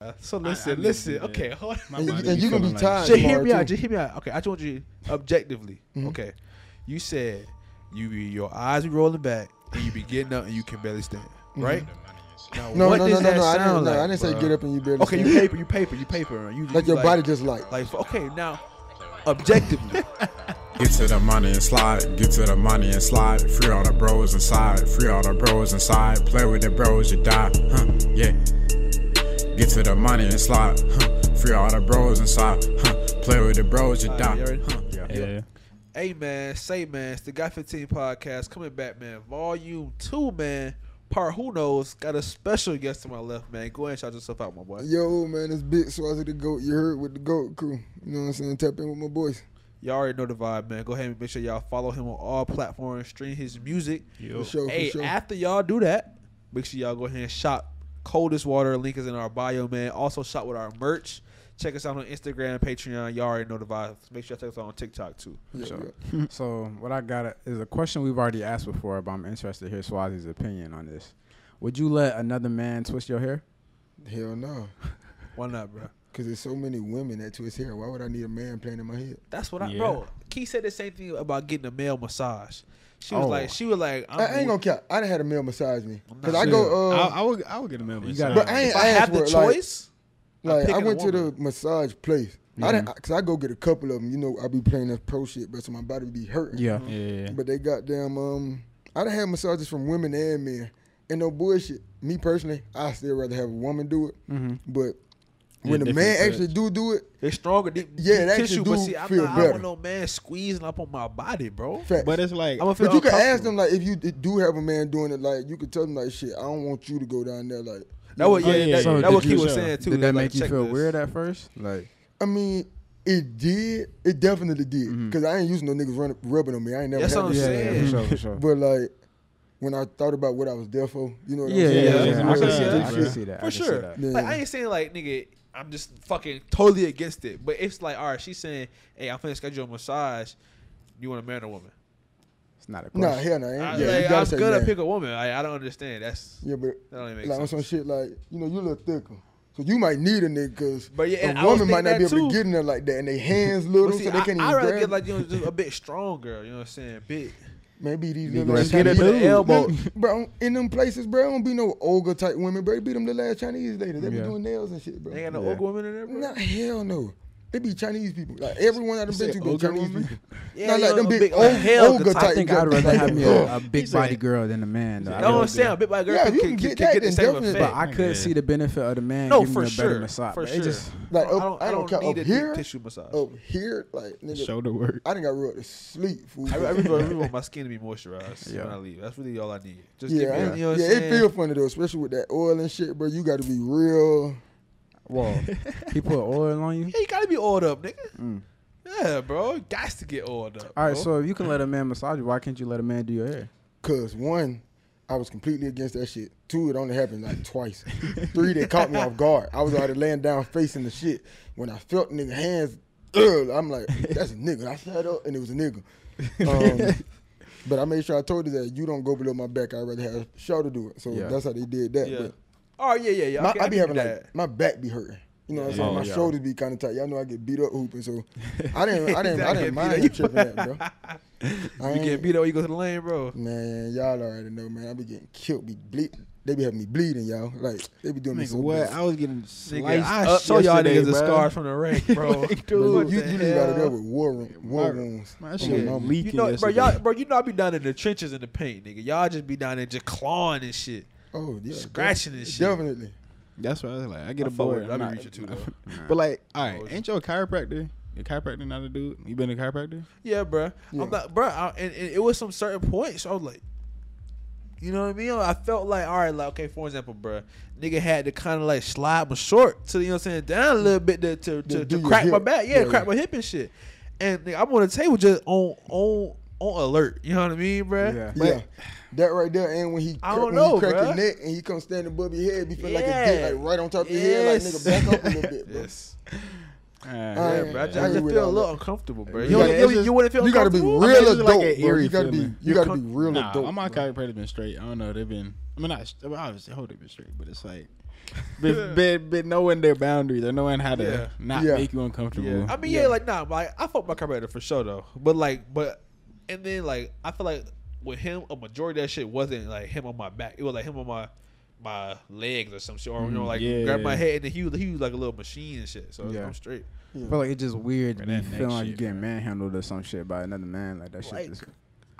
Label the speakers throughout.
Speaker 1: Uh, So
Speaker 2: I- I
Speaker 1: listen,
Speaker 2: need to
Speaker 1: listen.
Speaker 2: do that.
Speaker 1: Okay, hold on.
Speaker 2: My
Speaker 3: And,
Speaker 2: body
Speaker 3: and
Speaker 2: be
Speaker 3: you're gonna
Speaker 2: feeling
Speaker 3: be
Speaker 2: like-
Speaker 3: tired.
Speaker 1: Just hear
Speaker 3: tomorrow,
Speaker 1: me out.
Speaker 3: too.
Speaker 1: Just hear me out. Okay, I told you objectively.
Speaker 3: Mhm.
Speaker 1: Okay, you said you be- your eyes be rolling back and you be getting up and you can barely stand. Right? Now,
Speaker 3: No,
Speaker 1: what
Speaker 3: no, no,
Speaker 1: does
Speaker 3: no,
Speaker 1: that
Speaker 3: no. I
Speaker 1: sound
Speaker 3: didn't,
Speaker 1: like,
Speaker 3: no, I didn't say
Speaker 1: bruh?
Speaker 3: get up and you barely.
Speaker 1: Okay, you
Speaker 3: stand.
Speaker 1: paper, you paper, you paper. You,
Speaker 3: Like
Speaker 1: you
Speaker 3: your body just like.
Speaker 1: Like okay, now objectively,
Speaker 4: Get to the money and slide, get to the money and slide. Free all the bros inside, free all the bros inside. Play with the bros, you die, huh? Yeah. Get to the money and slide, huh? Free all the bros inside, huh? Play with the bros, you
Speaker 1: Alright, you
Speaker 4: die,
Speaker 1: ready?
Speaker 4: huh? Yeah.
Speaker 2: Yeah.
Speaker 1: hey man, say man, it's the Guy 15 podcast coming back, man. Volume two, man. Part who knows? Got a special guest to my left, man. Go ahead and shout yourself out, my boy.
Speaker 3: Yo, man, it's Big Swazzy the Goat. You heard with the Goat crew. You know what I'm saying? Tap in with my boys.
Speaker 1: Y'all already know the vibe, man. Go ahead and make sure y'all follow him on all platforms, stream his music.
Speaker 3: For sure, for
Speaker 1: hey,
Speaker 3: sure.
Speaker 1: after y'all do that, make sure y'all go ahead and shop Coldest Water. Link is in our bio, man. Also shop with our merch. Check us out on Instagram, Patreon. Y'all already know the vibes. Make sure y'all check us out on TikTok too.
Speaker 3: Yeah,
Speaker 4: Sure.
Speaker 3: yeah.
Speaker 4: So what I got is a question we've already asked before, but I'm interested to hear Swazi's opinion on this. Would you let another man twist your hair?
Speaker 3: Hell no.
Speaker 1: Why not, bro?
Speaker 3: Because there's so many women that twist hair. Why would I need a man playing in my head?
Speaker 1: That's what I
Speaker 2: Yeah.
Speaker 1: bro. Key said the same thing about getting a male massage. She was
Speaker 4: Oh.
Speaker 1: like, she was like, I'm
Speaker 3: I, ain't gonna cap. I done had a male massage me. Because I
Speaker 1: Shit.
Speaker 3: go, uh,
Speaker 2: I, I would. I would get a member.
Speaker 4: You gotta-
Speaker 3: but I ain't
Speaker 1: if I
Speaker 3: asked
Speaker 1: have the
Speaker 3: for it, like-
Speaker 1: choice. I'm
Speaker 3: Like I
Speaker 1: picking a
Speaker 3: went to the
Speaker 1: woman. Mm-hmm.
Speaker 3: massage place. I didn't because I go get a couple of them. You know, I be playing that pro shit, but so my body be hurting.
Speaker 4: Yeah.
Speaker 2: Yeah.
Speaker 3: But they got damn um. I done had massages from women and men, and no bullshit. Me personally, I still rather have a woman do it.
Speaker 4: Mm-hmm.
Speaker 3: But when the
Speaker 2: different
Speaker 3: man
Speaker 2: touch.
Speaker 3: actually do do it,
Speaker 1: It's stronger deep,
Speaker 3: Yeah,
Speaker 1: deep
Speaker 3: that
Speaker 1: tissue,
Speaker 3: should
Speaker 1: but
Speaker 3: do
Speaker 1: see, I'm not,
Speaker 3: feel
Speaker 1: I don't
Speaker 3: better.
Speaker 1: want no man squeezing up on my body, bro.
Speaker 3: facts.
Speaker 2: But it's like.
Speaker 1: I'm gonna feel
Speaker 3: But you can
Speaker 1: uncomfortable.
Speaker 3: ask them like if you d- do have a man doing it, like you could tell them like shit. I don't want you to go down there. Like
Speaker 1: That what,
Speaker 2: Oh,
Speaker 1: yeah,
Speaker 2: yeah,
Speaker 1: that,
Speaker 2: yeah.
Speaker 1: that
Speaker 2: So
Speaker 1: what
Speaker 2: did
Speaker 1: Key
Speaker 2: you-
Speaker 1: was saying too.
Speaker 4: Did that
Speaker 1: like,
Speaker 4: make you
Speaker 1: check
Speaker 4: feel
Speaker 1: this.
Speaker 4: weird at first? Like,
Speaker 3: I mean, it did. It definitely did.
Speaker 4: Mm-hmm.
Speaker 3: Cause I ain't used no niggas running, rubbing on me. I ain't never.
Speaker 1: That's
Speaker 3: had
Speaker 1: what I'm
Speaker 3: no shit.
Speaker 1: saying. Yeah.
Speaker 4: for sure, for sure.
Speaker 3: But like when I thought about what I was there for, you know what
Speaker 4: Yeah,
Speaker 3: I'm
Speaker 4: yeah,
Speaker 3: saying?
Speaker 1: yeah,
Speaker 4: yeah.
Speaker 1: yeah.
Speaker 4: I can see
Speaker 1: Yeah.
Speaker 4: that. I can
Speaker 2: Yeah.
Speaker 4: see that. I
Speaker 1: for
Speaker 4: can see
Speaker 1: sure.
Speaker 4: that.
Speaker 3: Yeah.
Speaker 1: Like I ain't saying like nigga, I'm just fucking totally against it. But it's like, all right, she's saying, hey, I'm finna schedule a massage. You want a man or woman?
Speaker 4: It's not a question.
Speaker 3: Nah, hell no.
Speaker 1: I,
Speaker 3: Yeah,
Speaker 1: like,
Speaker 3: you gotta
Speaker 1: I'm
Speaker 3: say
Speaker 1: gonna
Speaker 3: man.
Speaker 1: pick a woman. I, I don't understand. That's
Speaker 3: Yeah, but
Speaker 1: that don't even make
Speaker 3: like on
Speaker 1: sense.
Speaker 3: some shit like you know you a little thicker, so you might need a nigga because
Speaker 1: But yeah, and I
Speaker 3: a
Speaker 1: was
Speaker 3: woman might not be
Speaker 1: thinking
Speaker 3: able
Speaker 1: that
Speaker 3: to
Speaker 1: too.
Speaker 3: get in there like that, and they hands
Speaker 1: But
Speaker 3: little,
Speaker 1: see,
Speaker 3: so they
Speaker 1: I,
Speaker 3: can't
Speaker 1: I
Speaker 3: even
Speaker 1: rather get
Speaker 3: grab.
Speaker 1: like you know just a bit stronger. You know what I'm saying? Bit.
Speaker 3: Maybe these
Speaker 4: Nigga,
Speaker 3: little
Speaker 4: let's
Speaker 3: ass
Speaker 4: get
Speaker 1: it
Speaker 3: Chinese-
Speaker 1: to the elbow.
Speaker 3: Nigga, bro. In them places, bro, don't be no ogre type women, bro. They be them little ass Chinese ladies. They be
Speaker 4: Yeah.
Speaker 3: doing nails and shit, bro.
Speaker 1: They ain't got no
Speaker 4: Yeah.
Speaker 1: old women in there. Bro.
Speaker 3: Nah, hell no. They be Chinese people. Like everyone I've
Speaker 2: You
Speaker 3: been
Speaker 2: said
Speaker 3: to go
Speaker 2: ogre
Speaker 3: Chinese
Speaker 2: woman?
Speaker 3: people.
Speaker 1: Yeah,
Speaker 3: Nah,
Speaker 1: you
Speaker 3: like
Speaker 1: know,
Speaker 3: them
Speaker 1: a
Speaker 3: big
Speaker 1: big
Speaker 3: old-
Speaker 1: hell
Speaker 3: ogre
Speaker 1: type
Speaker 3: type
Speaker 4: I think
Speaker 3: girl.
Speaker 4: I'd rather have me a, a
Speaker 2: He
Speaker 4: big
Speaker 2: said-
Speaker 4: body girl than a man. Though. I
Speaker 1: That's what
Speaker 4: really
Speaker 1: I'm
Speaker 4: do.
Speaker 1: saying. A bit by girl
Speaker 3: Yeah,
Speaker 1: could,
Speaker 3: you
Speaker 1: could,
Speaker 3: can
Speaker 1: could
Speaker 3: get that,
Speaker 1: get the
Speaker 3: then
Speaker 1: same
Speaker 3: definitely.
Speaker 1: effect.
Speaker 4: But I could
Speaker 2: Yeah.
Speaker 4: see the benefit of the man
Speaker 1: no,
Speaker 4: giving
Speaker 1: for
Speaker 4: me a better
Speaker 1: sure.
Speaker 4: massage.
Speaker 1: For
Speaker 4: but it
Speaker 1: sure.
Speaker 4: just-
Speaker 3: Like,
Speaker 1: I
Speaker 3: up-
Speaker 1: don't,
Speaker 3: I
Speaker 1: I
Speaker 3: don't
Speaker 1: don't,
Speaker 3: care,
Speaker 1: need
Speaker 3: up
Speaker 1: a
Speaker 3: here?
Speaker 1: deep tissue massage.
Speaker 3: Up here, like nigga,
Speaker 2: Shoulder work.
Speaker 3: I didn't got real to sleep. Fool.
Speaker 1: I, I really, I really want my skin to be moisturized
Speaker 4: Yeah.
Speaker 1: when I leave. That's really all I need. Just
Speaker 3: yeah,
Speaker 1: yeah,
Speaker 3: I-
Speaker 1: give me, you know what
Speaker 3: yeah,
Speaker 1: I'm
Speaker 3: it
Speaker 1: saying?
Speaker 3: feel funny though, especially with that oil and shit, bro. You got to be real.
Speaker 4: Well, he put oil on you.
Speaker 1: yeah, you gotta be oiled up, nigga.
Speaker 4: Mm.
Speaker 1: Yeah, bro, you got to get oiled up.
Speaker 4: All right,
Speaker 1: bro.
Speaker 4: so if you can let a man massage you, why can't you let a man do your hair?
Speaker 3: Cause one, I was completely against that shit. Two, it only happened like twice. Three, they caught me off guard. I was already laying down facing the shit. When I felt nigga hands, ugh, I'm like, that's a nigga. I sat up and it was a nigga. Um, but I made sure I told you that you don't go below my back. I'd rather have Shaw to do it. So
Speaker 4: Yeah.
Speaker 3: that's how they did that.
Speaker 1: yeah.
Speaker 3: But
Speaker 1: All right, Oh, yeah, yeah, yeah.
Speaker 3: my,
Speaker 1: okay,
Speaker 3: I be
Speaker 1: can
Speaker 3: having
Speaker 1: do
Speaker 3: like my back be hurting. You know what I'm saying?
Speaker 2: Oh,
Speaker 3: my
Speaker 2: yeah.
Speaker 3: shoulders be kind of tight. Y'all know I get beat up hooping, so I didn't, I didn't, I
Speaker 1: Exactly.
Speaker 3: didn't mind
Speaker 1: You-
Speaker 3: him tripping that, bro. I
Speaker 1: You
Speaker 3: ain't-
Speaker 1: get beat up, you go to the lane, bro.
Speaker 3: Man, y'all already know, man. I be getting killed. Be bleed. They be having me bleeding, y'all. Like they be doing me
Speaker 2: Nigga,
Speaker 3: so
Speaker 2: what?
Speaker 3: bad.
Speaker 2: I was getting
Speaker 1: Nigga,
Speaker 2: sliced
Speaker 1: I
Speaker 2: up
Speaker 1: show y'all
Speaker 2: yesterday,
Speaker 1: niggas the
Speaker 2: bruh.
Speaker 1: scars from the rack, bro.
Speaker 2: Like,
Speaker 3: But
Speaker 2: dude,
Speaker 3: you, you leave out of there
Speaker 2: hell?
Speaker 3: with war, wound- war
Speaker 2: My-
Speaker 3: wounds.
Speaker 2: My
Speaker 3: Oh,
Speaker 2: shit
Speaker 3: mama.
Speaker 2: leaking
Speaker 1: You know, bro,
Speaker 2: yesterday.
Speaker 1: y'all, bro, you know I be down in the trenches in the paint, nigga. Y'all just be down there just clawing and shit.
Speaker 3: Oh yeah,
Speaker 1: Scratching and shit.
Speaker 3: Definitely.
Speaker 2: That's what I was like. I get
Speaker 1: I
Speaker 2: a
Speaker 1: fuck
Speaker 2: board.
Speaker 1: with it.
Speaker 2: I'm
Speaker 1: I be
Speaker 2: not-
Speaker 1: reaching too, though.
Speaker 4: Nah.
Speaker 2: But like, all right,
Speaker 1: Always.
Speaker 2: ain't your chiropractor? Your chiropractor not a dude. You been a chiropractor?
Speaker 1: Yeah, bruh.
Speaker 3: Yeah.
Speaker 1: I'm not, bruh. I, and, and it was some certain points. I was like, you know what I mean? I felt like, all right, like okay, for example, bruh, nigga had to kind of like slide my short to you know what I'm saying down a little bit to to, to,
Speaker 3: do
Speaker 1: to
Speaker 3: your
Speaker 1: crack my
Speaker 3: hip.
Speaker 1: back, yeah,
Speaker 3: Yeah,
Speaker 1: crack
Speaker 3: yeah.
Speaker 1: my hip and shit. And nigga, I'm on the table just on on on alert. You know what I mean, bruh?
Speaker 4: Yeah.
Speaker 1: But-
Speaker 3: yeah, that right there. And when he,
Speaker 1: I
Speaker 3: crack-
Speaker 1: don't
Speaker 3: when
Speaker 1: know,
Speaker 3: he crack your
Speaker 1: bruh.
Speaker 3: neck and he comes standing above your head, be feel like a
Speaker 1: Yeah.
Speaker 3: dick, like right on top of your head, like
Speaker 1: Yes.
Speaker 3: nigga, back up a little bit, bro.
Speaker 1: Yes.
Speaker 2: Yeah,
Speaker 1: Yeah,
Speaker 3: yeah,
Speaker 1: bruh. I
Speaker 3: yeah.
Speaker 1: just,
Speaker 3: I
Speaker 1: I
Speaker 3: agree
Speaker 1: just
Speaker 3: with
Speaker 1: feel a
Speaker 3: all
Speaker 1: little
Speaker 3: that.
Speaker 1: uncomfortable, bruh.
Speaker 2: Yeah,
Speaker 1: You, wanna-
Speaker 2: it's
Speaker 1: you,
Speaker 2: just-
Speaker 1: you wouldn't feel
Speaker 3: You gotta be
Speaker 1: uncomfortable?
Speaker 3: real
Speaker 2: I mean, it's
Speaker 3: adult,
Speaker 2: like an
Speaker 3: bro.
Speaker 2: eerie
Speaker 3: You gotta be,
Speaker 2: feeling.
Speaker 3: you gotta be real
Speaker 2: Nah,
Speaker 3: adult.
Speaker 2: all my
Speaker 3: bro.
Speaker 2: chiropractor been straight. I don't know. They've been. I mean, not. st- Well, obviously, hold it been straight, but it's like but, but, but knowing their boundaries or knowing how to
Speaker 1: Yeah.
Speaker 2: not
Speaker 3: Yeah.
Speaker 2: make you uncomfortable.
Speaker 1: Yeah. I mean, yeah, like nah, like I fuck my carburetor for sure though. But like, but and then like I feel like with him, a majority of that shit wasn't like him on my back. It was like him on my my legs or some shit, or you know,
Speaker 2: Mhm,
Speaker 1: like
Speaker 2: yeah,
Speaker 1: grab my
Speaker 2: yeah.
Speaker 1: head and then he was, he was like a little machine and shit. So
Speaker 5: Yeah.
Speaker 1: I'm straight.
Speaker 5: I feel like it's just weird to
Speaker 2: Man,
Speaker 5: be
Speaker 2: that neck
Speaker 5: feeling like
Speaker 2: shit,
Speaker 5: you're getting manhandled or some shit by another man. Like that shit.
Speaker 1: Like,
Speaker 5: just-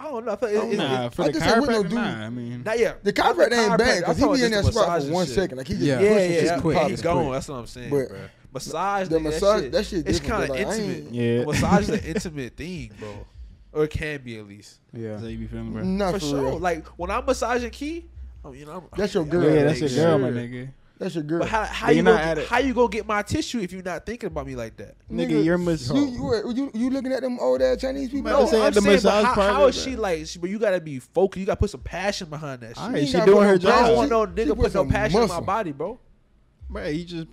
Speaker 1: I don't know. I feel like it's, it's,
Speaker 2: nah,
Speaker 1: it's,
Speaker 2: for
Speaker 3: I
Speaker 2: the
Speaker 3: just said we no
Speaker 2: chiropractor,
Speaker 3: dude.
Speaker 2: nah. I mean,
Speaker 1: not yeah.
Speaker 3: The contract
Speaker 1: not the
Speaker 3: ain't bad
Speaker 1: chiropractor.
Speaker 3: because
Speaker 1: I'm
Speaker 3: he
Speaker 1: talking
Speaker 3: be in
Speaker 1: just
Speaker 3: that
Speaker 1: the
Speaker 3: spot for
Speaker 1: massage
Speaker 3: one
Speaker 1: and shit.
Speaker 3: second. Like he just
Speaker 5: Yeah.
Speaker 3: pushing
Speaker 1: Yeah,
Speaker 3: shit.
Speaker 1: yeah, yeah.
Speaker 5: quick,
Speaker 1: He's
Speaker 5: it's
Speaker 1: gone.
Speaker 5: quick.
Speaker 1: That's what I'm saying,
Speaker 3: But
Speaker 1: bro. Massage,
Speaker 3: the
Speaker 1: nigga,
Speaker 3: massage- that shit
Speaker 1: it's
Speaker 3: different,
Speaker 1: kind of
Speaker 3: but, like, I
Speaker 1: intimate.
Speaker 3: ain't-
Speaker 2: Yeah.
Speaker 1: massage is an intimate thing, bro, or it can be at least.
Speaker 5: yeah.
Speaker 2: That's how you be feeling, bro.
Speaker 3: Nah,
Speaker 1: for,
Speaker 3: for,
Speaker 1: sure.
Speaker 3: real.
Speaker 1: Like when I'm massaging Key, I'm, you know, I'm,
Speaker 3: That's your
Speaker 1: I'm
Speaker 3: girl.
Speaker 1: like,
Speaker 2: yeah, that's your
Speaker 1: sure.
Speaker 2: girl, my nigga.
Speaker 3: That's your girl.
Speaker 1: But how how
Speaker 2: But
Speaker 1: you
Speaker 2: you're not
Speaker 1: gonna,
Speaker 2: at
Speaker 1: get-
Speaker 2: it.
Speaker 1: how you gonna get my tissue if you're not thinking about me like that?
Speaker 2: Nigga, you're mis-
Speaker 3: You, you, you, you looking at them old ass Chinese people?
Speaker 2: No,
Speaker 1: No,
Speaker 2: I'm saying
Speaker 1: I'm
Speaker 2: the
Speaker 1: saying, but
Speaker 2: massage
Speaker 1: how,
Speaker 2: part
Speaker 1: how
Speaker 2: of
Speaker 1: is
Speaker 2: it.
Speaker 1: she like? she- But you gotta be focused. You gotta put some passion behind that shit.
Speaker 2: All
Speaker 1: I
Speaker 2: right,
Speaker 3: ain't
Speaker 2: she
Speaker 3: gotta
Speaker 2: doing
Speaker 3: put
Speaker 2: her
Speaker 3: no
Speaker 2: job.
Speaker 1: don't
Speaker 3: pressure.
Speaker 1: want no
Speaker 3: She-
Speaker 1: nigga
Speaker 3: she put
Speaker 1: put no
Speaker 3: some
Speaker 1: passion in my
Speaker 3: muscle.
Speaker 1: body, bro.
Speaker 2: Bro, he just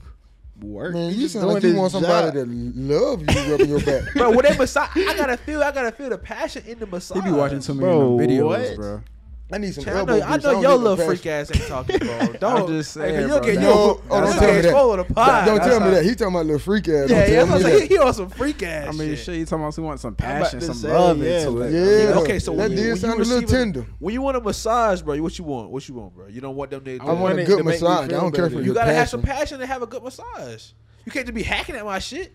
Speaker 2: work.
Speaker 3: Man,
Speaker 2: He
Speaker 3: you
Speaker 2: just
Speaker 3: sound like
Speaker 2: doing
Speaker 3: you want
Speaker 2: his
Speaker 3: somebody
Speaker 2: job.
Speaker 3: to love you rubbing your back.
Speaker 1: Bro, when they massage, I gotta feel. I gotta feel the passion in the massage.
Speaker 5: He be watching too many
Speaker 2: Bro,
Speaker 5: of them videos,
Speaker 2: what?
Speaker 5: bro.
Speaker 3: I need some
Speaker 1: Chad, I
Speaker 3: elbow
Speaker 1: know, I
Speaker 3: grease.
Speaker 1: know
Speaker 3: don't
Speaker 1: your
Speaker 3: need no
Speaker 1: little
Speaker 3: passion.
Speaker 1: freak ass ain't talking, bro. Don't
Speaker 5: just
Speaker 1: like,
Speaker 5: saying,
Speaker 1: you'll
Speaker 5: bro,
Speaker 1: get
Speaker 5: that-
Speaker 1: your
Speaker 3: No, oh,
Speaker 1: you'll
Speaker 3: don't
Speaker 1: get
Speaker 3: tell me that.
Speaker 1: exposed to pie.
Speaker 3: Don't tell
Speaker 5: That's
Speaker 3: me
Speaker 5: how-
Speaker 3: that. He talking about little freak ass.
Speaker 1: Yeah,
Speaker 3: Don't
Speaker 1: yeah.
Speaker 3: tell
Speaker 1: That's what
Speaker 3: me
Speaker 1: I'm
Speaker 3: that.
Speaker 1: saying. He on some freak ass.
Speaker 5: I mean,
Speaker 1: shit.
Speaker 5: shit, you talking about someone want some
Speaker 2: about
Speaker 5: passion,
Speaker 2: to
Speaker 5: some
Speaker 2: say,
Speaker 5: love
Speaker 2: yeah,
Speaker 5: into it.
Speaker 2: like-
Speaker 3: Yeah,
Speaker 1: okay, so
Speaker 3: that
Speaker 1: when,
Speaker 3: did
Speaker 1: when
Speaker 3: sound a
Speaker 1: you
Speaker 3: little
Speaker 1: receive
Speaker 3: tender.
Speaker 1: When you want a massage, bro, what you want? What you want, bro? You don't want them niggas.
Speaker 2: I
Speaker 3: I
Speaker 1: doing
Speaker 3: want
Speaker 2: want
Speaker 1: that.
Speaker 3: a
Speaker 2: it to
Speaker 3: good
Speaker 2: make me
Speaker 3: massage. I
Speaker 2: feel
Speaker 3: don't care
Speaker 2: better.
Speaker 3: for
Speaker 2: You
Speaker 1: You
Speaker 3: your
Speaker 1: gotta have some
Speaker 3: passion.
Speaker 1: passion and have a good massage. You can't just be hacking at my shit.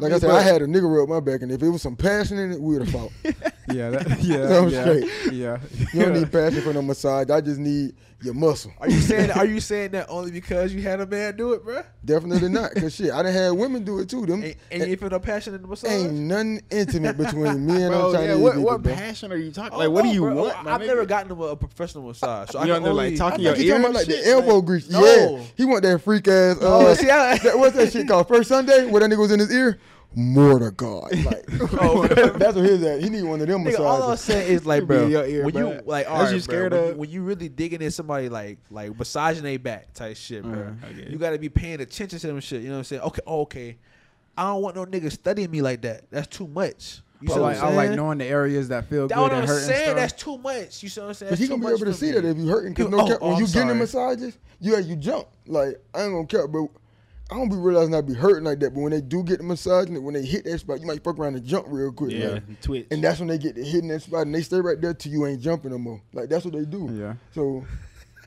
Speaker 3: Like I said, I had a nigga rub my back, and if it was some passion in it, we would have fought.
Speaker 5: Yeah, that, yeah,
Speaker 3: That was
Speaker 5: yeah,
Speaker 3: straight.
Speaker 5: yeah.
Speaker 3: You don't need passion for no massage. I just need your muscle.
Speaker 1: Are you saying? are you saying that only because you had a man do it, bro?
Speaker 3: Definitely not, cause shit, I done had women do it too. Them
Speaker 1: And, and you ain't feel no passion in the massage.
Speaker 3: ain't nothing intimate between me and
Speaker 2: Bro,
Speaker 3: them
Speaker 2: yeah,
Speaker 3: Chinese
Speaker 2: what,
Speaker 3: people.
Speaker 2: what
Speaker 3: bro.
Speaker 2: passion are you talking?
Speaker 1: Oh,
Speaker 2: Like, what do
Speaker 1: no,
Speaker 2: you
Speaker 1: bro.
Speaker 2: want? my
Speaker 1: I've
Speaker 2: nigga?
Speaker 1: never gotten to a professional massage, so I
Speaker 2: You
Speaker 1: can
Speaker 2: on there,
Speaker 1: only
Speaker 2: like, talking
Speaker 3: Like,
Speaker 2: your
Speaker 3: you talking about
Speaker 2: ear
Speaker 3: like
Speaker 2: and
Speaker 3: the
Speaker 2: shit?
Speaker 3: elbow
Speaker 2: Like-
Speaker 3: grease?
Speaker 1: No.
Speaker 3: Yeah, he want that freak ass. Uh,
Speaker 1: Oh, see, I-
Speaker 3: that, what's that shit called? First Sunday, where that nigga was in his ear. More to God, like
Speaker 1: Oh,
Speaker 3: that's what his at. He need one of them
Speaker 1: Nigga, all I'm
Speaker 3: massages.
Speaker 1: saying is like,
Speaker 2: Could be
Speaker 1: bro,
Speaker 2: in your ear,
Speaker 1: when
Speaker 2: bro.
Speaker 1: you like,
Speaker 2: That's
Speaker 1: all right,
Speaker 2: you
Speaker 1: bro,
Speaker 2: scared
Speaker 1: when,
Speaker 2: of.
Speaker 1: you, when you really digging in somebody, like, like massaging their back type shit, bro.
Speaker 2: I get it.
Speaker 1: You gotta be paying attention to them shit. You know what I'm saying? Okay, oh, okay. I don't want no nigga studying me like that. That's too much. You
Speaker 5: But
Speaker 1: see what
Speaker 5: like,
Speaker 1: I'm
Speaker 5: I like
Speaker 1: saying?
Speaker 5: knowing the areas that feel
Speaker 1: That's
Speaker 5: good
Speaker 1: what
Speaker 5: and
Speaker 1: I'm
Speaker 5: hurt and
Speaker 1: saying.
Speaker 5: stuff.
Speaker 1: That's too much. You see what I'm saying?
Speaker 3: But
Speaker 1: That's
Speaker 3: he
Speaker 1: too
Speaker 3: gonna be
Speaker 1: much
Speaker 3: able to
Speaker 1: for
Speaker 3: see
Speaker 1: me.
Speaker 3: that if you hurting. Cause
Speaker 1: You-
Speaker 3: no
Speaker 1: oh,
Speaker 3: cap,
Speaker 1: oh,
Speaker 3: when
Speaker 1: I'm
Speaker 3: you getting the
Speaker 1: sorry.
Speaker 3: massages, you yeah, you jump. Like I ain't gonna cap, but I don't be realizing I be hurting like that. But when they do get the massage, and when they hit that spot, you might fuck around and jump real quick.
Speaker 2: Yeah,
Speaker 3: like.
Speaker 2: Twitch.
Speaker 3: And that's when they get to hitting that spot and they stay right there till you ain't jumping no more. Like that's what they do.
Speaker 5: Yeah.
Speaker 3: So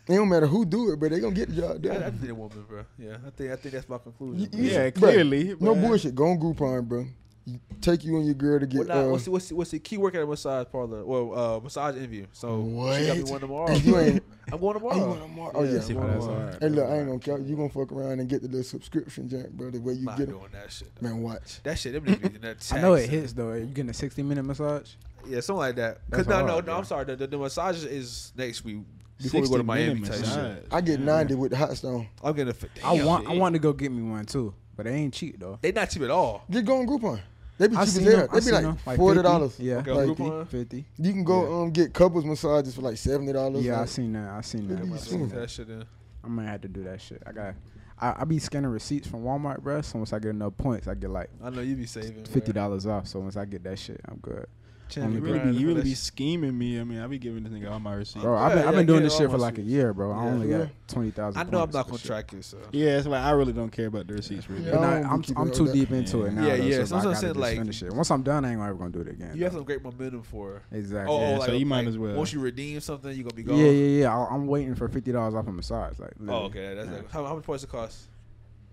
Speaker 3: it don't matter who do it, but they gonna get the job
Speaker 1: I, I
Speaker 3: done.
Speaker 1: think a woman, bro. Yeah, I think I think that's my conclusion.
Speaker 3: You-
Speaker 1: bro.
Speaker 3: you-
Speaker 2: Yeah,
Speaker 3: bruh,
Speaker 2: clearly,
Speaker 3: No
Speaker 2: bruh.
Speaker 3: bullshit. Go on Groupon, bro. You take you and your girl to
Speaker 1: Well,
Speaker 3: get.
Speaker 1: nah,
Speaker 3: uh,
Speaker 1: what's, the, what's, the, what's the key work at a massage parlor? Well, uh, massage interview. So she got me
Speaker 3: What?
Speaker 1: one tomorrow.
Speaker 3: You ain't-
Speaker 1: I'm going
Speaker 3: oh,
Speaker 1: tomorrow.
Speaker 3: you want more? Oh yeah.
Speaker 1: See,
Speaker 3: one
Speaker 5: Oh, that's
Speaker 3: more.
Speaker 5: all right.
Speaker 3: Hey, look, I ain't gonna count. You gonna fuck around and get the little subscription, Jack, brother. Where you
Speaker 1: I'm not
Speaker 3: get
Speaker 1: doing
Speaker 3: them?
Speaker 1: that shit. though.
Speaker 3: Man, watch.
Speaker 1: That shit, them niggas in that tax. uh,
Speaker 5: I know it hits though. You getting a 60 minute massage?
Speaker 1: Yeah, something like that. Cause
Speaker 5: That's
Speaker 1: no,
Speaker 5: hard,
Speaker 1: no, no.
Speaker 5: yeah.
Speaker 1: I'm sorry. The, the, the massage is next week before we go to
Speaker 2: 60
Speaker 1: Miami.
Speaker 2: minute
Speaker 1: Type
Speaker 2: massage.
Speaker 1: shit.
Speaker 3: I get ninety with the hot stone.
Speaker 1: I'm getting a. fi-
Speaker 5: I
Speaker 1: Damn,
Speaker 5: want I want to go get me one too, but they ain't cheap though.
Speaker 1: They not cheap at all.
Speaker 3: Just go on Groupon. They be cheap
Speaker 5: I
Speaker 3: as
Speaker 5: seen
Speaker 3: hell.
Speaker 5: them. I
Speaker 3: They be
Speaker 5: seen them,
Speaker 3: like, forty dollars.
Speaker 5: 50, Yeah,
Speaker 1: Okay,
Speaker 3: Like,
Speaker 1: Groupon.
Speaker 5: like 50.
Speaker 3: You can go um get couples massages for like seventy dollars.
Speaker 5: Yeah, I seen that. I seen that.
Speaker 3: Maybe
Speaker 1: I'm
Speaker 5: I
Speaker 1: gonna
Speaker 3: soon.
Speaker 5: seen
Speaker 1: put
Speaker 5: that.
Speaker 1: that shit in.
Speaker 5: I'm gonna have to do that shit. I got. I, I be scanning receipts from Walmart, bro. So once I get enough points, I get like
Speaker 1: I know you be saving
Speaker 5: fifty dollars off. So once I get that shit, I'm good.
Speaker 1: Chan,
Speaker 5: You
Speaker 2: You
Speaker 5: really
Speaker 2: really,
Speaker 1: grinding
Speaker 2: be,
Speaker 1: for
Speaker 2: you really
Speaker 1: that
Speaker 2: be
Speaker 1: shit.
Speaker 2: scheming me. I mean, I be giving this nigga all my receipts.
Speaker 5: Bro, I've been,
Speaker 1: Yeah,
Speaker 5: I've
Speaker 1: yeah,
Speaker 5: been doing
Speaker 1: get
Speaker 5: this
Speaker 1: it
Speaker 5: shit
Speaker 1: all
Speaker 5: for
Speaker 1: my
Speaker 5: like a
Speaker 1: shit.
Speaker 5: year, bro. I
Speaker 1: Yeah.
Speaker 5: only
Speaker 3: Yeah.
Speaker 5: got twenty thousand.
Speaker 1: I know I'm not gonna track you, so.
Speaker 2: Yeah, it's like I really don't care about the receipts. Really.
Speaker 3: Yeah.
Speaker 5: But
Speaker 3: I
Speaker 5: nah,
Speaker 3: don't be
Speaker 5: I'm
Speaker 3: keeping
Speaker 5: I'm
Speaker 3: up
Speaker 5: too
Speaker 3: with
Speaker 5: deep into it now.
Speaker 1: Yeah,
Speaker 5: though,
Speaker 1: yeah,
Speaker 5: so
Speaker 1: so that's
Speaker 5: I
Speaker 1: what I'm
Speaker 5: gotta
Speaker 1: saying,
Speaker 5: just
Speaker 1: like-
Speaker 5: finish it. Once I'm done, I ain't ever gonna do it again.
Speaker 1: You have
Speaker 5: though.
Speaker 1: some great momentum for.
Speaker 5: exactly.
Speaker 1: Oh, oh,
Speaker 2: Yeah,
Speaker 1: like,
Speaker 2: so you might
Speaker 1: like,
Speaker 2: as well.
Speaker 1: Once you redeem something, you gonna be gone.
Speaker 5: yeah, yeah, yeah. I, I'm waiting for fifty dollars off a massage. Like,
Speaker 1: Oh,
Speaker 5: literally.
Speaker 1: okay. That's
Speaker 5: Yeah.
Speaker 1: like, how, how much points it cost?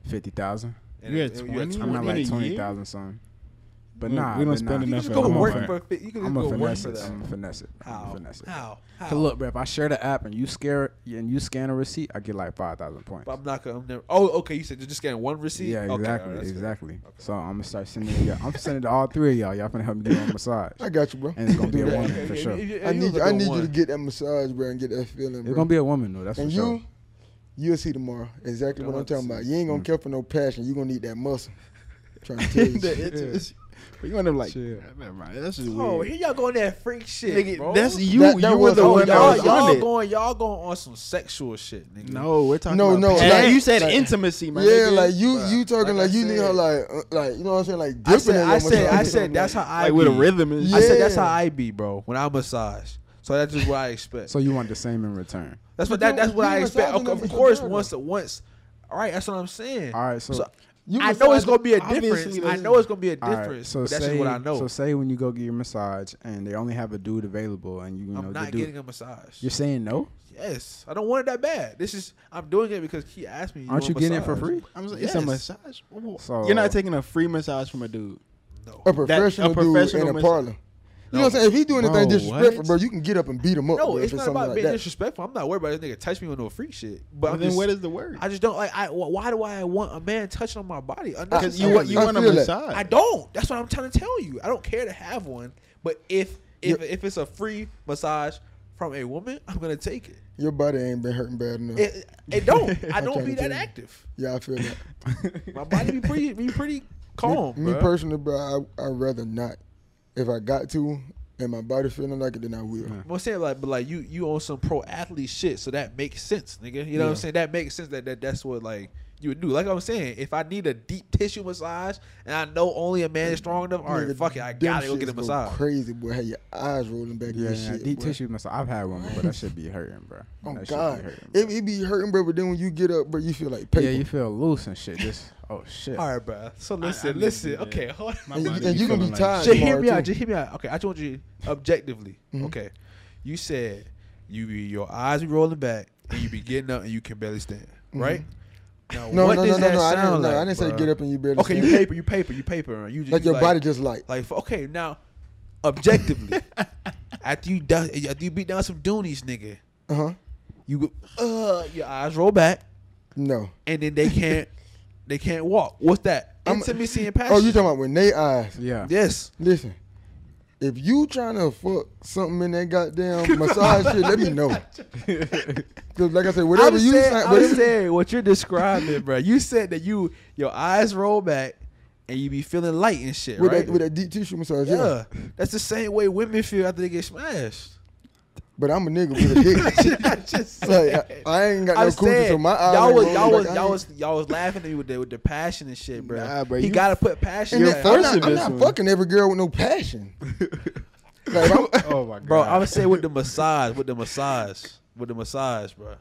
Speaker 5: fifty thousand.
Speaker 1: And
Speaker 2: You
Speaker 1: it-
Speaker 2: had
Speaker 1: and
Speaker 2: 20?
Speaker 5: I'm
Speaker 2: One
Speaker 5: not
Speaker 2: in a
Speaker 5: like
Speaker 2: year?
Speaker 5: twenty thousand something. But
Speaker 2: We-
Speaker 5: nah,
Speaker 2: we don't
Speaker 5: but
Speaker 2: spend
Speaker 5: nah.
Speaker 1: You
Speaker 2: enough
Speaker 1: can just
Speaker 2: for
Speaker 1: go
Speaker 2: I'm a
Speaker 1: work
Speaker 2: fin-
Speaker 1: for. a fi- You can just
Speaker 5: I'm a
Speaker 1: go work
Speaker 5: finesse
Speaker 1: for
Speaker 5: it. I'm
Speaker 1: that.
Speaker 5: a finesse it. I'm a
Speaker 1: How?
Speaker 5: finesse it.
Speaker 1: How? How?
Speaker 5: Cause look, bro, if I share the app and you scare and you scan a receipt, I get like five thousand points.
Speaker 1: But I'm not gonna. I'm never, oh, okay. You said you're just getting one receipt.
Speaker 5: yeah,
Speaker 1: okay, all
Speaker 5: exactly,
Speaker 1: right, that's good.
Speaker 5: exactly. So I'm gonna start sending. it- Yeah, I'm sending it to all three of y'all. Y'all finna help me get on massage,
Speaker 3: I got you, bro.
Speaker 5: and it's gonna be a
Speaker 3: Yeah,
Speaker 5: woman
Speaker 1: Okay,
Speaker 5: for
Speaker 1: okay,
Speaker 5: sure.
Speaker 1: if you- if
Speaker 3: I
Speaker 1: you
Speaker 3: need
Speaker 1: was
Speaker 3: you,
Speaker 1: a
Speaker 3: I
Speaker 1: good
Speaker 3: need you
Speaker 1: one.
Speaker 3: to get that massage, bro, and get that feeling,
Speaker 5: It's
Speaker 3: bro.
Speaker 5: gonna be a woman though. That's
Speaker 3: And
Speaker 5: for
Speaker 3: you,
Speaker 5: sure.
Speaker 3: you'll see tomorrow exactly what
Speaker 1: Don't
Speaker 3: I'm talking
Speaker 1: see.
Speaker 3: about. You ain't gonna care for no passion. You gonna need that muscle. trying to tell you,
Speaker 2: The
Speaker 3: shit.
Speaker 2: interest- But you end up like,
Speaker 5: Chill.
Speaker 2: never mind. That's just
Speaker 1: Oh,
Speaker 2: weird.
Speaker 1: here y'all going that freak shit, bro.
Speaker 2: Nigga, that's you.
Speaker 3: That- that
Speaker 2: you were
Speaker 3: was
Speaker 2: the
Speaker 3: all
Speaker 1: Oh,
Speaker 2: one that
Speaker 1: y'all,
Speaker 2: was
Speaker 1: y'all
Speaker 2: on it.
Speaker 1: going, y'all going on some sexual shit, nigga.
Speaker 2: No, we're talking
Speaker 3: No,
Speaker 2: about
Speaker 3: no,
Speaker 2: passion.
Speaker 3: like-
Speaker 2: you said
Speaker 3: like-
Speaker 2: intimacy, man.
Speaker 3: yeah, like you,
Speaker 1: Bruh,
Speaker 3: you talking
Speaker 1: like I
Speaker 3: like, you need her
Speaker 1: said.
Speaker 3: like, uh, like you know what I'm saying, like
Speaker 1: I
Speaker 3: dipping
Speaker 1: said,
Speaker 3: in your
Speaker 1: I said, I
Speaker 3: massage.
Speaker 1: said, that's how I
Speaker 2: like
Speaker 1: be.
Speaker 2: with a rhythm and
Speaker 1: I
Speaker 2: shit.
Speaker 1: said that's
Speaker 3: Yeah.
Speaker 1: how I be, bro. When I massage, so that's just what I expect.
Speaker 5: So you want the same in return?
Speaker 1: That's what
Speaker 3: But
Speaker 1: that, that's
Speaker 3: you-
Speaker 1: what
Speaker 3: you
Speaker 1: I expect.
Speaker 3: massaging
Speaker 1: Of,
Speaker 3: them
Speaker 1: of
Speaker 3: with your
Speaker 1: course,
Speaker 3: girl,
Speaker 1: once once All right, that's what I'm saying.
Speaker 5: All right, so,
Speaker 1: So,
Speaker 3: You
Speaker 1: I
Speaker 3: can
Speaker 1: know
Speaker 3: find
Speaker 1: it's gonna be a
Speaker 3: obviously
Speaker 1: difference. I
Speaker 3: there's-
Speaker 1: know it's gonna be a
Speaker 5: all right,
Speaker 1: difference.
Speaker 5: so
Speaker 1: but that's
Speaker 5: say,
Speaker 1: just what I know.
Speaker 5: So say when you go get your massage and they only have a dude available, and you, you know
Speaker 1: I'm
Speaker 5: the
Speaker 1: not
Speaker 5: dude,
Speaker 1: getting a massage.
Speaker 5: you're saying no.
Speaker 1: Yes, I don't want it that bad. This is I'm doing it because he asked me.
Speaker 5: Aren't
Speaker 1: want
Speaker 5: you getting it for
Speaker 1: massage?
Speaker 5: free?
Speaker 2: I'm saying, it's a
Speaker 1: Yes.
Speaker 2: massage. Whoa.
Speaker 5: So-
Speaker 2: You're not taking a free massage from a dude.
Speaker 1: No.
Speaker 3: a professional,
Speaker 2: professional
Speaker 3: dude in a
Speaker 2: mis-
Speaker 3: parlor. You know what I'm saying? If he do anything
Speaker 5: Bro,
Speaker 3: disrespectful,
Speaker 5: what?
Speaker 3: bro, you can get up and beat him up.
Speaker 1: No,
Speaker 3: bro,
Speaker 1: it's
Speaker 3: if it's
Speaker 1: not
Speaker 3: something
Speaker 1: about
Speaker 3: like
Speaker 1: being
Speaker 3: that.
Speaker 1: disrespectful. I'm not worried about this nigga touch me with no freak shit. But I'm
Speaker 2: then
Speaker 1: just,
Speaker 2: what is the word?
Speaker 1: I just don't like. I wh- why do I want a man touching on my body?
Speaker 2: Because you want you
Speaker 3: I
Speaker 2: want a
Speaker 3: feel that.
Speaker 2: massage.
Speaker 1: I don't. That's what I'm trying to tell you. I don't care to have one. But if if if it's a free massage from a woman, I'm gonna take it.
Speaker 3: Your body ain't been hurting bad enough.
Speaker 1: It, it don't. I don't
Speaker 3: trying
Speaker 1: be
Speaker 3: to
Speaker 1: that
Speaker 3: tell you.
Speaker 1: active.
Speaker 3: yeah, I feel that.
Speaker 1: My body be pretty be pretty calm.
Speaker 3: me, me
Speaker 1: bruh.
Speaker 3: personally, bro, I, I'd rather not. If I got to and my body feeling like it, then I will.
Speaker 1: But I'm saying like, but like you you on some pro athlete shit, so that makes sense, nigga. You know what I'm saying? That makes sense that, that that's what like you would do. Like I'm saying, if I need a deep tissue massage and I know only a man is strong enough, all right,
Speaker 3: Nigga,
Speaker 1: fuck it, I
Speaker 3: them
Speaker 1: gotta go get a
Speaker 3: shits
Speaker 1: massage.
Speaker 3: Crazy boy, had your eyes rolling back. in
Speaker 5: Yeah,
Speaker 3: your
Speaker 5: yeah
Speaker 3: shit,
Speaker 5: deep
Speaker 3: boy.
Speaker 5: tissue massage. I've had one, but that should be hurting, bro.
Speaker 3: Oh
Speaker 5: that shit
Speaker 3: God,
Speaker 5: be hurting. bro.
Speaker 3: it, it be hurting, bro. But then when you get up, bro, you feel like paper.
Speaker 5: yeah, you feel loose and shit. Just oh shit.
Speaker 1: All right, bro. So
Speaker 2: I
Speaker 1: listen,
Speaker 2: need
Speaker 1: listen.
Speaker 2: to do that.
Speaker 1: Okay, hold on.
Speaker 2: My
Speaker 3: and, you-
Speaker 2: body
Speaker 3: and you gonna
Speaker 2: feeling
Speaker 3: be
Speaker 2: like
Speaker 3: tired.
Speaker 1: Just hear
Speaker 3: tomorrow,
Speaker 1: me out.
Speaker 3: too.
Speaker 1: Just hear me out. Okay, I just want you objectively.
Speaker 3: Mm-hmm.
Speaker 1: Okay, you said you be your eyes be rolling back and you be getting up and you can barely stand, right? Now,
Speaker 3: Mm-hmm. No,
Speaker 1: what
Speaker 3: no, no,
Speaker 1: does
Speaker 3: no,
Speaker 1: that
Speaker 3: no. I
Speaker 1: sound like,
Speaker 3: didn't, no, I didn't say
Speaker 1: bruh?
Speaker 3: get up and you barely.
Speaker 1: Okay, you
Speaker 3: stand.
Speaker 1: paper, you paper, you paper. You just
Speaker 3: Like your
Speaker 1: you
Speaker 3: body just like.
Speaker 1: like f- okay now, objectively, after you done, after you beat down some doonies, nigga,
Speaker 3: Uh huh.
Speaker 1: you go, uh your eyes roll back
Speaker 3: No.
Speaker 1: and then they can't they can't walk. What's that?
Speaker 3: I'm-
Speaker 1: Intimacy and passion.
Speaker 3: Oh, you talking about when they eyes?
Speaker 5: Yeah.
Speaker 1: Yes.
Speaker 3: Listen, if you trying to fuck something in that goddamn massage shit, let me know. Cause like I said, whatever
Speaker 1: I'm
Speaker 3: you
Speaker 1: saying,
Speaker 3: sign-
Speaker 1: I'm
Speaker 3: whatever-
Speaker 1: saying what you're describing, bro. You said that you your eyes roll back and you be feeling light and shit,
Speaker 3: with
Speaker 1: right?
Speaker 3: that with that deep tissue massage, yeah.
Speaker 1: yeah. That's the same way women feel after they get smashed.
Speaker 3: But I'm a nigga with a dick.
Speaker 1: I just
Speaker 3: It's like, I, I ain't got no
Speaker 1: I'm
Speaker 3: coochie,
Speaker 1: saying,
Speaker 3: so my eyes.
Speaker 1: y'all
Speaker 3: ain't
Speaker 1: was
Speaker 3: rolling
Speaker 1: y'all was
Speaker 3: back. I
Speaker 1: y'all
Speaker 3: ain't-
Speaker 1: was y'all was laughing at me with the, with the passion and shit, bro.
Speaker 2: Nah, bro,
Speaker 1: he
Speaker 2: you-
Speaker 1: gotta put passion.
Speaker 3: And
Speaker 1: in
Speaker 3: then I'm
Speaker 2: forcing
Speaker 3: not, I'm
Speaker 2: this
Speaker 3: not
Speaker 2: one.
Speaker 3: fucking every girl with no passion. like, I'm,
Speaker 5: Oh my god,
Speaker 1: bro. I would say with the massage, with the massage, with the massage, bro.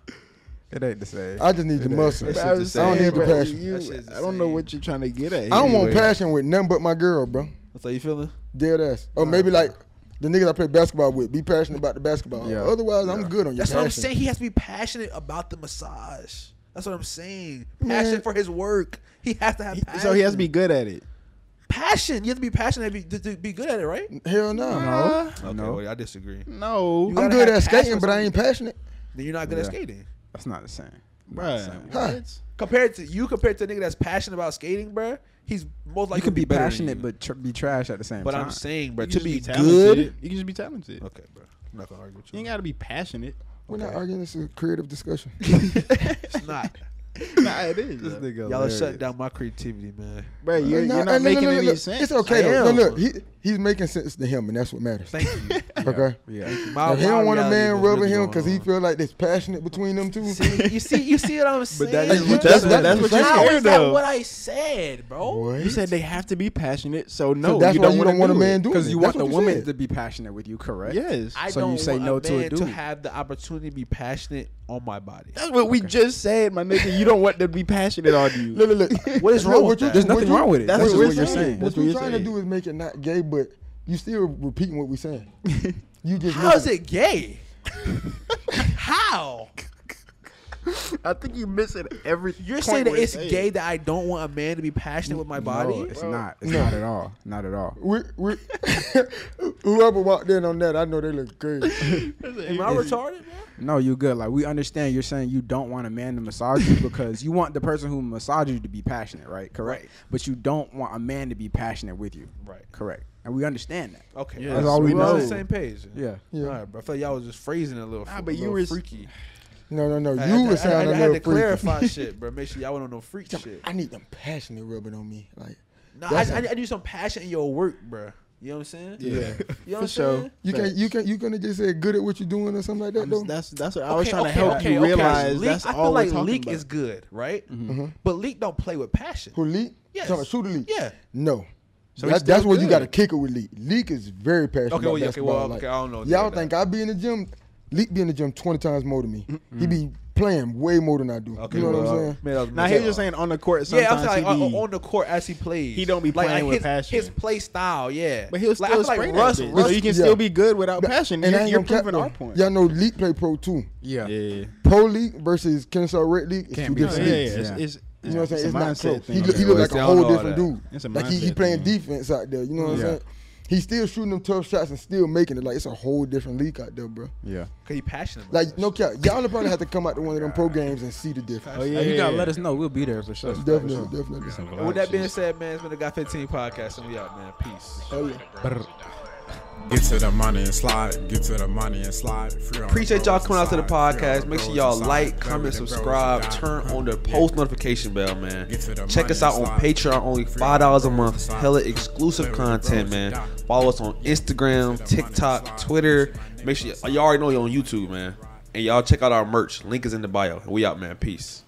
Speaker 5: it ain't the same.
Speaker 3: I just need the muscle.
Speaker 1: That shit's
Speaker 2: But I,
Speaker 1: the
Speaker 2: was
Speaker 1: same,
Speaker 2: saying,
Speaker 3: I don't need the
Speaker 2: bro,
Speaker 3: passion.
Speaker 2: you-
Speaker 1: That shit's the
Speaker 2: I don't know
Speaker 1: same.
Speaker 2: what you're trying to get at.
Speaker 3: I don't want
Speaker 2: anyway.
Speaker 3: passion with nothing but my girl, bro.
Speaker 1: That's how you feeling.
Speaker 3: Dead ass. Or maybe like the niggas I play basketball with. Be passionate about the basketball.
Speaker 5: Yeah.
Speaker 3: Otherwise, I'm good on your
Speaker 1: That's what I'm
Speaker 3: passion.
Speaker 1: saying. He has to be passionate about the massage. That's what I'm saying.
Speaker 3: Man.
Speaker 1: Passion for his work. He has to have passion.
Speaker 2: So he has to be good at it.
Speaker 1: passion. You have to be passionate to be, to, to be good at it, right?
Speaker 3: Hell no.
Speaker 2: No,
Speaker 1: Okay,
Speaker 5: No.
Speaker 1: well, I disagree.
Speaker 2: no,
Speaker 1: You
Speaker 3: I'm
Speaker 1: gotta
Speaker 3: good
Speaker 1: have
Speaker 3: at
Speaker 1: passion
Speaker 3: skating,
Speaker 1: for
Speaker 3: but I ain't passionate.
Speaker 1: Then you're not good at
Speaker 5: Yeah.
Speaker 1: skating.
Speaker 5: That's not the same. Not the
Speaker 2: bro.
Speaker 5: same.
Speaker 3: Huh.
Speaker 1: Compared to you, compared to a nigga that's passionate about skating, bro, he's most likely
Speaker 5: You could be
Speaker 1: better than
Speaker 5: passionate
Speaker 1: you.
Speaker 5: but tr- be trash at the same
Speaker 1: But
Speaker 5: time.
Speaker 1: I'm saying, bro,
Speaker 2: You can
Speaker 1: to
Speaker 2: just
Speaker 1: be,
Speaker 2: talented.
Speaker 1: good.
Speaker 2: you can just be talented.
Speaker 1: Okay, bro. I'm not gonna argue with
Speaker 2: You
Speaker 1: you.
Speaker 2: ain't got to be passionate.
Speaker 3: We're not arguing. This is a creative discussion.
Speaker 1: It's not.
Speaker 2: nah, it is.
Speaker 5: this
Speaker 2: though.
Speaker 5: nigga
Speaker 1: Y'all are
Speaker 5: hilarious.
Speaker 1: shutting down my creativity, man.
Speaker 2: Bro, you're,
Speaker 3: Nah,
Speaker 2: you're
Speaker 3: hey,
Speaker 2: not making
Speaker 3: no, no,
Speaker 2: any
Speaker 3: look,
Speaker 2: sense.
Speaker 3: It's okay
Speaker 1: I
Speaker 3: though. No,
Speaker 1: am.
Speaker 3: look, he, he's making sense to him, and that's what matters.
Speaker 1: Thank you.
Speaker 3: okay.
Speaker 5: Yeah.
Speaker 1: My,
Speaker 3: if he don't
Speaker 1: my
Speaker 3: want a
Speaker 1: reality
Speaker 3: man
Speaker 1: was
Speaker 3: rubbing
Speaker 1: really
Speaker 3: him
Speaker 1: going
Speaker 3: because he
Speaker 1: on.
Speaker 3: feel like there's passionate between them two,
Speaker 1: See, you see, you see what I'm saying.
Speaker 2: that is
Speaker 1: bro?
Speaker 3: what- that's what- that's what you're
Speaker 1: How is
Speaker 2: scared
Speaker 1: that
Speaker 2: of.
Speaker 1: what I Oh. said, bro?
Speaker 3: What?
Speaker 2: You said they have to be passionate, so no,
Speaker 3: that's
Speaker 2: you
Speaker 3: why
Speaker 2: don't
Speaker 3: you
Speaker 2: wanna
Speaker 3: don't want a
Speaker 2: do
Speaker 3: man
Speaker 2: it.
Speaker 3: doing
Speaker 5: Because
Speaker 3: it.
Speaker 5: you
Speaker 3: That's
Speaker 5: want the
Speaker 3: what you
Speaker 5: woman
Speaker 3: said.
Speaker 5: to be passionate with you, correct?
Speaker 2: Yes,
Speaker 1: I
Speaker 5: So you
Speaker 1: don't
Speaker 5: say
Speaker 1: want
Speaker 5: no
Speaker 1: a
Speaker 5: to a
Speaker 1: man to
Speaker 5: dude.
Speaker 1: have the opportunity to be passionate on my body.
Speaker 2: that's what we just said, my nigga. You don't want them to be passionate on
Speaker 3: Look,
Speaker 2: you.
Speaker 3: look, look.
Speaker 1: What is
Speaker 3: Look,
Speaker 1: wrong
Speaker 3: what
Speaker 1: with
Speaker 3: you-
Speaker 1: that?
Speaker 5: There's
Speaker 3: what
Speaker 5: nothing
Speaker 3: you-
Speaker 5: wrong with it.
Speaker 2: That's
Speaker 5: That's, just
Speaker 2: what we're
Speaker 5: what you're
Speaker 2: saying.
Speaker 5: saying.
Speaker 2: That's
Speaker 3: What
Speaker 2: what
Speaker 3: we're
Speaker 2: you're
Speaker 3: trying to
Speaker 2: saying.
Speaker 3: do is make it not gay, but you still repeating what we saying. You just
Speaker 1: How is
Speaker 3: listen.
Speaker 1: it gay? How?
Speaker 2: I think you missing everything.
Speaker 1: You're saying that it's gay that I don't want a man to be passionate with my body?
Speaker 5: No, it's not. It's not at all. Not at all.
Speaker 3: We, we, whoever walked in on that, I know they look crazy.
Speaker 1: Am I retarded, man?
Speaker 5: No, you good. Like we understand you're saying you don't want a man to massage you because you want the person who massages you to be passionate, right? Correct.
Speaker 1: Right.
Speaker 5: But you don't want a man to be passionate with you.
Speaker 1: Right.
Speaker 5: Correct. And we understand that.
Speaker 1: Okay,
Speaker 2: Yeah,
Speaker 1: all right,
Speaker 5: that's all
Speaker 1: so
Speaker 5: we
Speaker 1: we're on
Speaker 5: know.
Speaker 1: the same page. then.
Speaker 5: Yeah.
Speaker 3: Yeah.
Speaker 1: All right, bro. I felt y'all was just phrasing it a little.
Speaker 2: Nah,
Speaker 1: a
Speaker 2: but you
Speaker 1: little
Speaker 2: were s-
Speaker 1: freaky.
Speaker 3: No, no, no.
Speaker 1: I-
Speaker 3: You
Speaker 1: I,
Speaker 3: were
Speaker 1: I, I,
Speaker 3: sounding
Speaker 1: I
Speaker 3: a
Speaker 1: had
Speaker 3: little
Speaker 1: to
Speaker 3: freaky.
Speaker 1: clarify shit, bro. Make sure y'all don't know freak shit.
Speaker 3: I need them passionate rubbing on me. Like
Speaker 1: No, I,
Speaker 3: That's
Speaker 1: I,
Speaker 3: a-
Speaker 1: I need some passion in your work, bro. You know what I'm saying?
Speaker 2: Yeah.
Speaker 1: You know what
Speaker 2: For
Speaker 1: I'm saying?
Speaker 2: sure.
Speaker 3: you can you can you gonna just say good at what you're doing or something like that
Speaker 2: I'm
Speaker 3: though.
Speaker 2: just- That's that's what I was trying to help
Speaker 1: okay,
Speaker 2: you
Speaker 1: okay.
Speaker 2: realize.
Speaker 1: Leak-
Speaker 2: that's
Speaker 1: I feel
Speaker 2: all
Speaker 1: like
Speaker 2: we're talking
Speaker 1: leak
Speaker 2: about. Mm-hmm.
Speaker 1: is good, right? But leak don't play with passion.
Speaker 3: Who leak?
Speaker 1: Yes.
Speaker 3: Talking about shooter leak.
Speaker 1: Yeah.
Speaker 3: No.
Speaker 2: So he's
Speaker 3: that,
Speaker 2: still
Speaker 3: that's where you
Speaker 2: good.
Speaker 3: got to kick it with Leak. Leak is very passionate
Speaker 1: Okay,
Speaker 3: about
Speaker 1: well, yeah, okay,
Speaker 3: basketball.
Speaker 1: well,
Speaker 3: like,
Speaker 1: okay, I don't know
Speaker 3: Y'all
Speaker 1: that.
Speaker 3: think I be in the gym? Leak be in the gym twenty times more than me. He be playing way more than I do.
Speaker 1: Okay,
Speaker 3: you know what
Speaker 1: well,
Speaker 3: I'm saying?
Speaker 1: man, that was
Speaker 2: Now
Speaker 1: my
Speaker 2: he's
Speaker 1: fault.
Speaker 2: just saying on the court.
Speaker 1: Yeah, I'm
Speaker 2: Sometimes
Speaker 1: saying like,
Speaker 2: he
Speaker 1: on,
Speaker 2: be-
Speaker 1: on the court as he plays,
Speaker 2: He don't be
Speaker 1: like,
Speaker 2: playing
Speaker 1: like,
Speaker 2: with
Speaker 1: his,
Speaker 2: passion.
Speaker 1: His play style, yeah,
Speaker 2: but he'll
Speaker 1: Like, I
Speaker 2: still
Speaker 1: feel like
Speaker 2: spray that
Speaker 1: Russ,
Speaker 2: bitch.
Speaker 1: Russ,
Speaker 2: so you can
Speaker 3: yeah.
Speaker 2: still be good without passion.
Speaker 3: And
Speaker 2: you're
Speaker 3: I ain't
Speaker 2: you're
Speaker 3: gonna cap
Speaker 2: proving
Speaker 3: though.
Speaker 2: our point.
Speaker 3: Y'all know League play pro too.
Speaker 5: Yeah.
Speaker 2: yeah.
Speaker 3: Pro League versus Kennesaw Red League is
Speaker 5: Can't
Speaker 3: two
Speaker 5: be
Speaker 2: No, yeah,
Speaker 3: different
Speaker 2: yeah.
Speaker 3: leagues.
Speaker 2: It's,
Speaker 5: Yeah.
Speaker 2: it's,
Speaker 3: You know what I'm saying? It's, not
Speaker 2: mindset
Speaker 3: close.
Speaker 2: thing.
Speaker 3: He, look- he
Speaker 1: Yeah,
Speaker 3: look
Speaker 1: well,
Speaker 3: like
Speaker 1: see,
Speaker 3: a
Speaker 1: I don't
Speaker 3: whole
Speaker 1: know all
Speaker 3: different
Speaker 1: that.
Speaker 3: dude.
Speaker 2: It's a
Speaker 3: like he, he
Speaker 2: mindset
Speaker 3: playing
Speaker 2: thing.
Speaker 3: defense out there. You know what I'm
Speaker 5: Yeah.
Speaker 3: saying? He's still shooting them tough shots and still making it. Like it's a whole different league out there, bro.
Speaker 5: Yeah.
Speaker 1: cause he passionate. about
Speaker 3: Like
Speaker 1: that
Speaker 3: no
Speaker 1: shit.
Speaker 3: cap, y'all probably have to come out to one of them pro games and see the difference.
Speaker 5: Oh yeah. you gotta let us know. We'll be there for sure.
Speaker 3: Definitely, definitely.
Speaker 1: And With that being said, man, it's been the Got 15 podcast, and we out, man. Peace.
Speaker 3: Hell yeah.
Speaker 4: Get to the money and slide. Get to the money and slide. Free on
Speaker 1: Appreciate
Speaker 4: the
Speaker 1: y'all
Speaker 4: roads
Speaker 1: coming out to the
Speaker 4: and slide. Free on
Speaker 1: podcast.
Speaker 4: the
Speaker 1: Make sure
Speaker 4: roads
Speaker 1: y'all
Speaker 4: and slide.
Speaker 1: like,
Speaker 4: Play
Speaker 1: comment,
Speaker 4: with the bros and
Speaker 1: subscribe,
Speaker 4: die.
Speaker 1: turn
Speaker 4: Huh.
Speaker 1: on the
Speaker 4: Yeah.
Speaker 1: post notification bell, man.
Speaker 4: Get to the
Speaker 1: Check
Speaker 4: money
Speaker 1: us out
Speaker 4: and
Speaker 1: on
Speaker 4: slide.
Speaker 1: Patreon, only
Speaker 4: Free
Speaker 1: five dollars a
Speaker 4: on the
Speaker 1: month.
Speaker 4: roads and
Speaker 1: Hella
Speaker 4: slide.
Speaker 1: exclusive
Speaker 4: Play with the
Speaker 1: content,
Speaker 4: bros
Speaker 1: man.
Speaker 4: and die.
Speaker 1: Follow us on
Speaker 4: Get
Speaker 1: Instagram,
Speaker 4: to the money and
Speaker 1: TikTok,
Speaker 4: slide.
Speaker 1: Twitter.
Speaker 4: Get to the money
Speaker 1: Make sure
Speaker 4: and
Speaker 1: y'all already know you're on YouTube, man. And y'all check out our merch. Link is in the bio. We out, man. Peace.